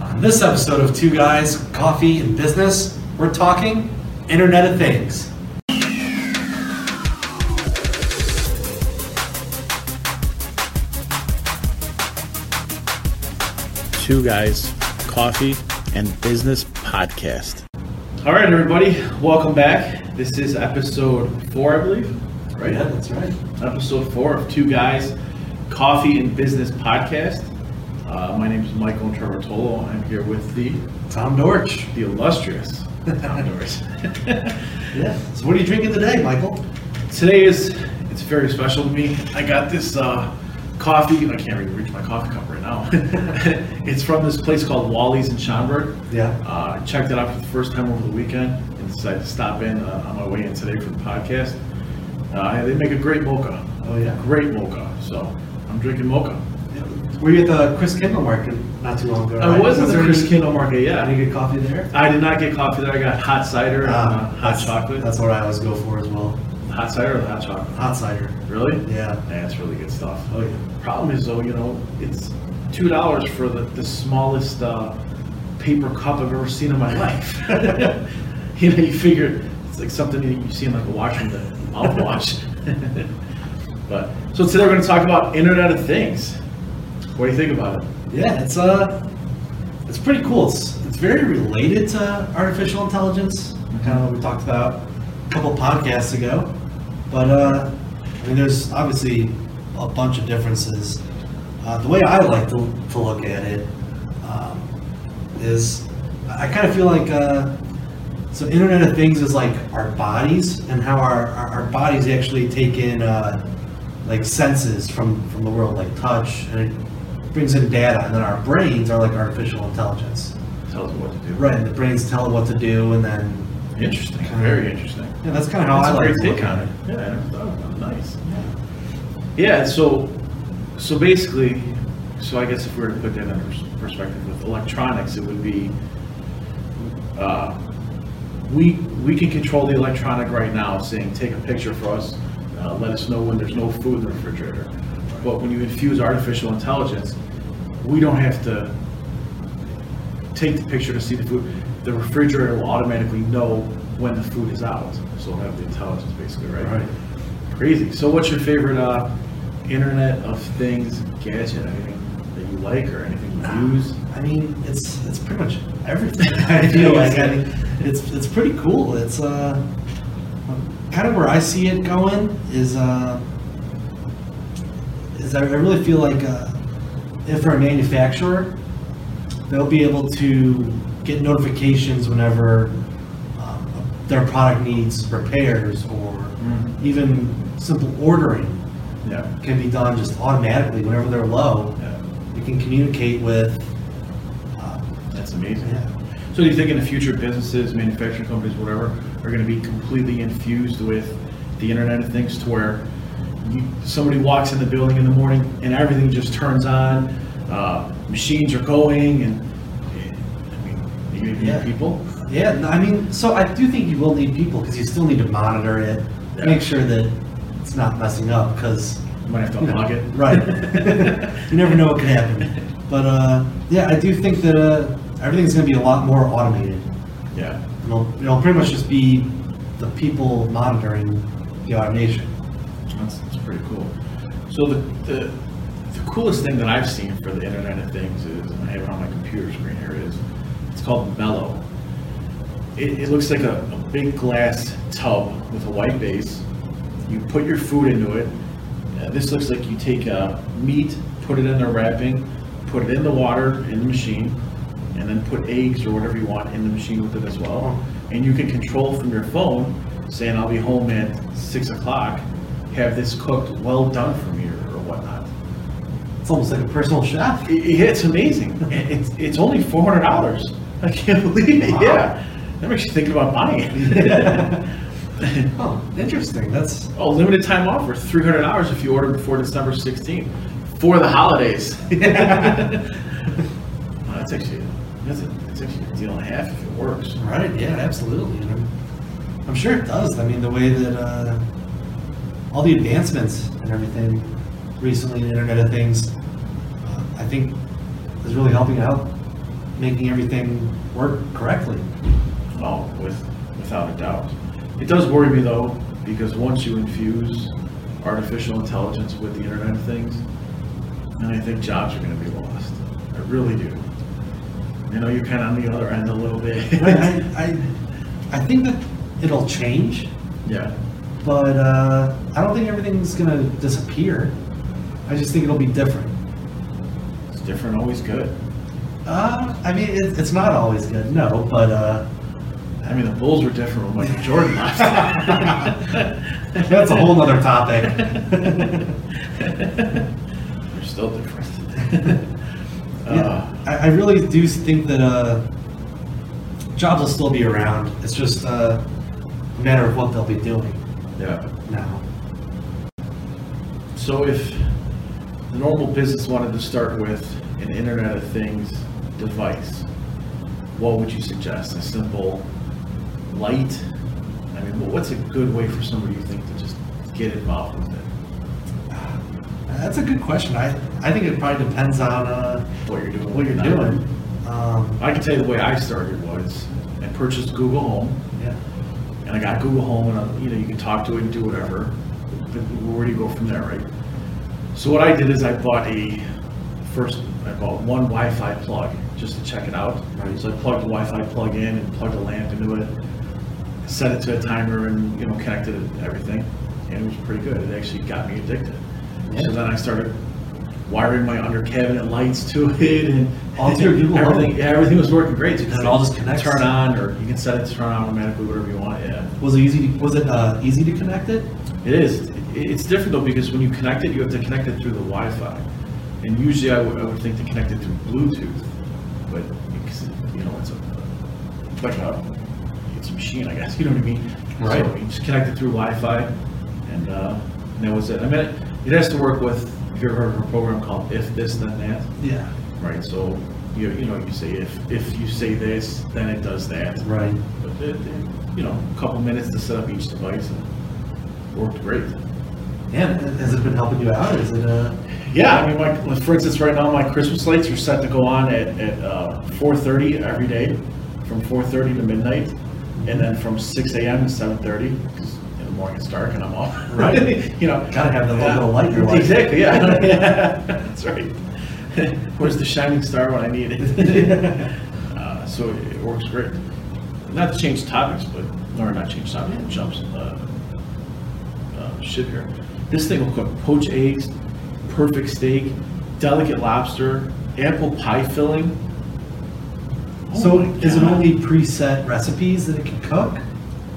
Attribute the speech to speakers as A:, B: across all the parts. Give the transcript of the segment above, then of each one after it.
A: On this episode of Two Guys, Coffee, and Business, we're talking Internet of Things.
B: Two Guys Coffee and Business Podcast.
C: All right, everybody, welcome back. This is episode four, I believe. Right?
A: Yeah, that's right.
C: Episode four of Two Guys Coffee and Business Podcast. Uh, my name is Michael Travertolo. I'm here with the
A: Tom Dorch.
C: the illustrious Tom Doris.
A: Yeah. So, what are you drinking today, Michael?
C: Today is it's very special to me. I got this uh, coffee. I can't even reach my coffee cup right now. it's from this place called Wally's in Schaumburg.
A: Yeah.
C: Uh, I checked it out for the first time over the weekend and decided to stop in uh, on my way in today for the podcast. Uh, they make a great mocha.
A: Oh, yeah.
C: Great mocha. So I'm drinking mocha.
A: Were you at the Chris Kindle market not too long ago?
C: I
A: right?
C: was in the
A: there
C: Chris
A: any-
C: Kindle
A: Any
C: market, yeah.
A: good coffee there?
C: I did not get coffee there. I got hot cider and uh,
A: Ah,
C: hot
A: that's-
C: chocolate.
A: That's what I always go for as well.
C: Hot cider or hot chocolate?
A: Hot cider.
C: Really?
A: Yeah.
C: That's really good stuff.
A: Oh, yeah.
C: Problem is though, you know, it's two dollars for the, the smallest uh, paper cup I've ever seen in my life. you know, you figure it's like something that you see in like a watch with a mouthwash. but so today we're going to talk about Internet of Things. What do you think about it?
A: Yeah, it's uh, it's pretty cool. It's, it's very related to artificial intelligence, kind of what we talked about a couple podcasts ago. But uh, I mean, there's obviously a bunch of differences. Uh, the way I like to, to look at it um, is, I kind of feel like uh, so Internet of Things is like our bodies and how our, our, our bodies actually take in uh, like senses from, from the world, like touch, and it brings in data. And then our brains are like artificial intelligence.
C: Tell us what to do.
A: Right, and the brains tell it what to do, and then
C: Interesting. Very interesting.
A: yeah, that's kind of how
C: That's
A: I
C: a
A: like
C: great
A: to look
C: take
A: at
C: on
A: it.
C: it. Yeah, I never thought about it. Nice. Yeah, so, so basically, so I guess if we were to put that in pers- perspective with electronics, it would be, uh, we, we can control the electronic right now, saying, take a picture for us, uh, let us know when there's no food in the refrigerator. But when you infuse artificial intelligence, we don't have to take the picture to see the food. The refrigerator will automatically know when the food is out, so it'll have the intelligence basically, right?
A: Right.
C: Crazy. So what's your favorite uh, Internet of Things gadget? Anything that you like or anything you use?
A: I mean, it's it's pretty much everything. I feel like I mean, it's it's pretty cool. It's uh, kind of where I see it going is uh, is I I really feel like uh, if we're a manufacturer, they'll be able to get notifications whenever um, their product needs repairs or
C: Mhm.
A: even simple ordering
C: Yeah.
A: can be done just automatically whenever they're low.
C: Yeah.
A: You can communicate with. uh,
C: That's amazing.
A: yeah.
C: So do you think in the future, businesses, manufacturing companies, whatever, are gonna be completely infused with the Internet of Things to where you, somebody walks in the building in the morning and everything just turns on, uh, machines are going and, I mean, you gonna
A: Yeah.
C: need people?
A: Yeah, no, I mean, so I do think you will need people because you still need to monitor it,
C: Yeah.
A: make sure that it's not messing up because
C: You might have to
A: You know,
C: unlock it.
A: right. you never know what could happen. But uh, yeah, I do think that uh, everything's going to be a lot more automated.
C: Yeah.
A: It'll, it'll pretty much just be the people monitoring the automation.
C: That's, that's pretty cool. So the, the, the coolest thing that I've seen for the Internet of Things is, and I have it on my computer screen here, is, it's called Mellow. It, it looks like a, a big glass tub with a white base. You put your food into it. Uh, this looks like you take, uh, meat, put it in the wrapping, put it in the water in the machine, and then put eggs or whatever you want in the machine with it as well. And you can control from your phone, saying, I'll be home at six o'clock, have this cooked, well done for me or or whatnot.
A: It's almost like a personal chef.
C: It- it- it's amazing. It- It's, it's only four hundred dollars. I can't believe it,
A: Wow.
C: yeah. That makes you think about buying it.
A: Oh, interesting. That's
C: Oh, limited time offer, three hundred dollars if you order before December sixteenth, for the holidays. Oh, That's actually, that's a, that's actually a deal and a half if it works.
A: Right, yeah, absolutely. And I'm, I'm sure it does. I mean, the way that uh, all the advancements and everything recently, the Internet of Things, uh, I think is really helping out making everything work correctly.
C: Oh, with, without a doubt. It does worry me though, because once you infuse artificial intelligence with the Internet of Things, then I think jobs are gonna be lost. I really do. You know, you're kind of on the other end a little bit.
A: I, I, I, I think that it'll change,
C: Yeah,
A: but uh, I don't think everything's gonna disappear. I just think it'll be different.
C: it's different, always good.
A: Uh, I mean, it, it's not always good, no, but uh,
C: I mean, the Bulls were different when Michael Jordan left. That's
A: that's a whole nother topic.
C: They're still
A: uh,
C: different.
A: yeah,
C: Uh,
A: I, I really do think that uh, jobs will still be around. It's just uh, a matter of what they'll be doing
C: Uh, Yeah.
A: now.
C: So if the normal business wanted to start with an Internet of Things device, what would you suggest? A simple light? I mean, wha- what's a good way for somebody you think to just get involved with it?
A: That's a good question. I, I think it probably depends on uh,
C: What you're doing?
A: what you're
C: not
A: doing. Um,
C: I can tell you the way I started was I purchased Google Home.
A: yeah.
C: and I got Google Home, and I, you know, you can talk to it and do whatever. But where do you go from there, right? So what I did is I bought a first, I bought one Wi-Fi plug just to check it out.
A: Right.
C: So I plugged the Wi-Fi plug in and plugged a lamp into it, set it to a timer, and you know, connected it to everything, and it was pretty good. It actually got me addicted. So then I started wiring my under cabinet lights to it and
A: All through Google Home?
C: everything. Yeah, everything was working great. So you
A: And it
C: can
A: all just connects?
C: Turn on, or you can set it to turn on automatically, whatever you want. Yeah.
A: Was it easy? To, was it uh, easy to connect it?
C: It is. It- It's different though, because when you connect it, you have to connect it through the Wi-Fi. And usually I would, I would think to connect it through Bluetooth, but it's, you know, it's a, it's like a, it's a machine, I guess, you know what I mean?
A: Right.
C: So you just connect it through Wi-Fi and, uh, and that was it. I mean, it- it has to work with, if you ever heard of a program called If This Then That,
A: Yeah.
C: right? So you, you know, you say if, if you say this, then it does that.
A: Right.
C: But it, it- you know, a couple minutes to set up each device and worked great.
A: Yeah. Has it been helping you out? Is it? Uh,
C: Yeah, I mean, like, like, for instance, right now, my Christmas lights are set to go on at, at, uh, four thirty every day, from four thirty to midnight, and then from six AM to seven thirty, because in the morning it's dark and I'm off.
A: Right.
C: You know.
A: Gotta have that little
C: Yeah.
A: bit of light in your life.
C: Exactly, yeah, Yeah, that's right. Where's the shining star when I need it? Uh, so it it works great. Not to change topics, but, or not change topics, it jumps, uh, uh, ship here. This thing will cook poached eggs, perfect steak, delicate lobster, apple pie filling. Oh
A: so
C: my
A: is it
C: God.
A: only preset recipes that it can cook,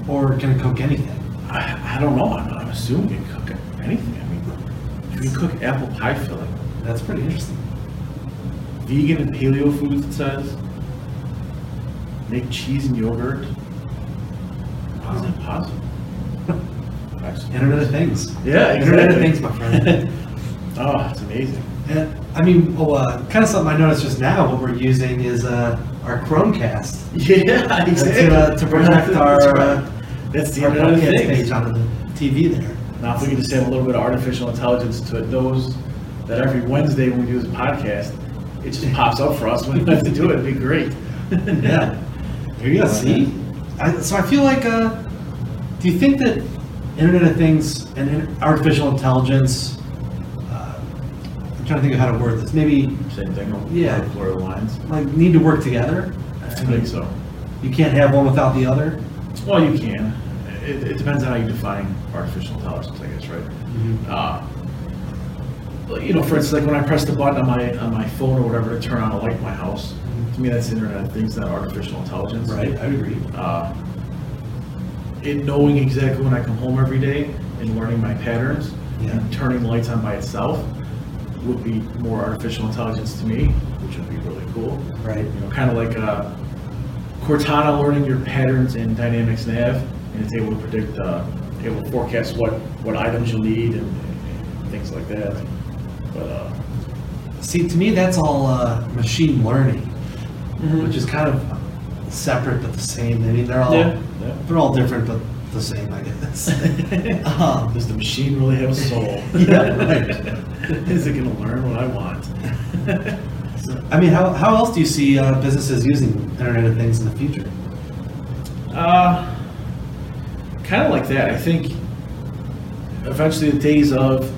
A: or can it cook anything?
C: I, I don't know. I'm, I'm assuming you can cook anything. I mean, you can cook apple pie filling,
A: That's pretty interesting.
C: vegan and paleo foods. It says make cheese and yogurt. How is that possible?
A: Internet of Things.
C: Yeah,
A: Internet of
C: exactly.
A: Things, my friend.
C: oh, it's amazing.
A: Yeah, I mean, oh, uh, kind of something I noticed just now. What we're using is uh, our Chromecast.
C: Yeah, exactly.
A: To, uh, to protect our,
C: That's
A: uh,
C: right. That's the
A: our
C: Internet of
A: podcast
C: Things.
A: page on the TV there.
C: Now, if we can just have a little bit of artificial intelligence to those that every Wednesday when we do this podcast, it just pops up for us when we have to do it. It'd be great.
A: Yeah, there you go.
C: Yeah.
A: See, I, so I feel like, uh, do you think that Internet of Things and in- artificial intelligence? Uh, I'm trying to think of how to word this. Maybe
C: Same thing.
A: Yeah.
C: Blur the lines.
A: like need to work together.
C: I think so.
A: You can't have one without the other.
C: Well, you can. It, it depends on how you define artificial intelligence, I guess, right? Uh, but, you know, for instance, like when I press the button on my on my phone or whatever to turn on a light in my house, to me that's Internet of Things, not artificial intelligence.
A: I agree.
C: uh, in knowing exactly when I come home every day and learning my patterns
A: Yeah.
C: and turning lights on by itself would be more artificial intelligence to me, which would be really cool.
A: Right.
C: You know, kind of like uh, Cortana learning your patterns in Dynamics Nav, and it's able to predict, uh, able to forecast what what items you'll need and, and things like that. But uh,
A: See, to me, that's all uh, machine learning,
C: Mm-hmm.
A: which is kind of separate but the same. I mean, they're all
C: Yeah, yeah.
A: they're all different but the same, I guess. um,
C: Does the machine really have a soul?
A: Yeah, right.
C: Is it gonna learn what I want?
A: So, I mean, how, how else do you see uh, businesses using Internet of Things in the future?
C: Uh, kind of like that. I think eventually the days of,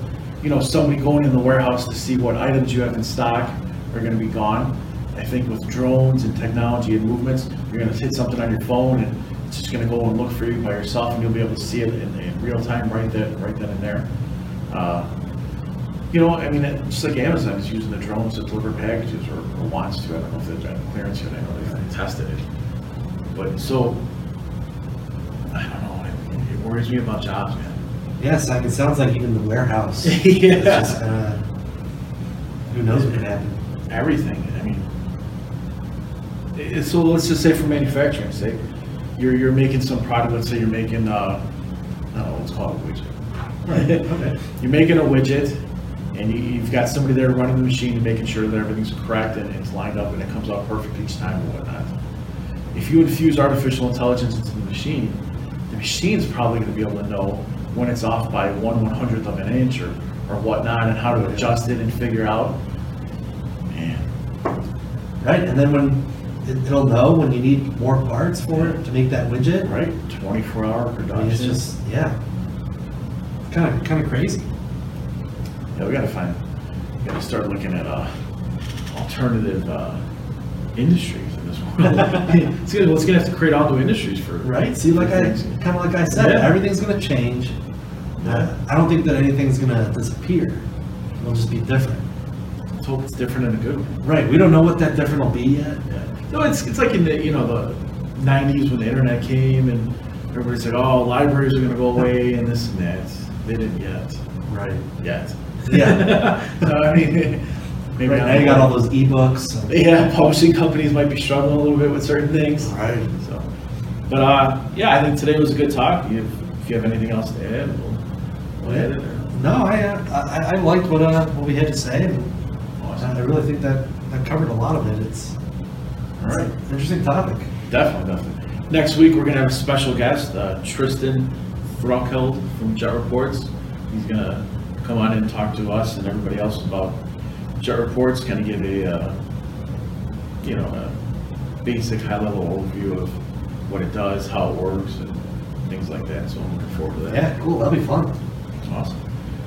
C: you know, somebody going in the warehouse to see what items you have in stock are going to be gone. I think with drones and technology and movements, you're going to hit something on your phone and it's just going to go and look for you by yourself and you'll be able to see it in, in real time right then, right then and there. Uh, you know, I mean, it- just like Amazon is using the drones to deliver packages or, or wants to. I don't know if they're on clearance yet. I know they've tested it. But so, I don't know, it- it worries me about jobs, man.
A: Yes, like, it sounds like even the warehouse. is
C: Yeah.
A: just gonna- Who knows what could happen?
C: Everything, I mean. i- So let's just say for manufacturing, say, you're, you're making some product, let's say you're making, uh, I don't know, let's call it a
A: Right,
C: widget.
A: okay.
C: You're making a widget and you, you've got somebody there running the machine and making sure that everything's correct and it's lined up and it comes out perfect each time and whatnot. If you infuse artificial intelligence into the machine, the machine's probably gonna be able to know when it's off by one one hundredth of an inch or, or whatnot and how to adjust it and figure out. Man,
A: Right, and then when, it- it'll know when you need more parts for it to make that widget.
C: right, twenty-four hour
A: I mean, it's
C: production.
A: just, yeah. Kind of, kind of crazy.
C: Yeah, we gotta find, we gotta start looking at, uh, alternative, uh, industries in this world. It's gonna, well, it's gonna have to create all new industries for.
A: Right, see, like I,
C: things.
A: kind of like I said,
C: Yeah.
A: everything's gonna change.
C: Yeah.
A: Uh, I don't think that anything's gonna disappear. It'll just be different.
C: Let's hope it's different and a good one.
A: Right, we don't know what that different will be yet.
C: Yeah. No, it's, it's like in the, you know, the nineties when the internet came and everybody's like, oh, libraries are gonna go away and this and that. They didn't yet,
A: Right.
C: yet.
A: Yeah.
C: So I mean,
A: Right,
C: maybe.
A: now you got all those ebooks. and-
C: Yeah, publishing companies might be struggling a little bit with certain things.
A: Right.
C: So, but uh, yeah, I think today was a good talk. You- If you have anything else to add, we'll, we'll add it. or-
A: No, I, uh, I, I liked what, uh, what we had to say. and I
C: Awesome.
A: really think that, that covered a lot of it. It's,
C: All right.
A: it's an interesting topic.
C: Definitely, definitely. Next week, we're gonna have a special guest, uh, Tristan Throckeld from Jet Reports. He's gonna come on and talk to us and everybody else about Jet Reports, kind of give a, uh, you know, a basic high-level overview of what it does, how it works, and things like that. So I'm looking forward to that.
A: Yeah, cool, that'll be fun.
C: Awesome.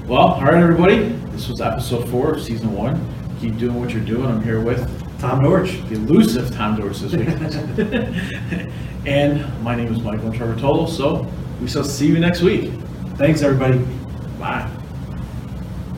C: Well, all right, everybody. This was episode four of season one. Keep doing what you're doing. I'm here with
A: Tom Dorch.
C: the elusive Tom Dorch this week. and my name is Michael Travertolo. So we shall see you next week.
A: Thanks, everybody.
C: Bye.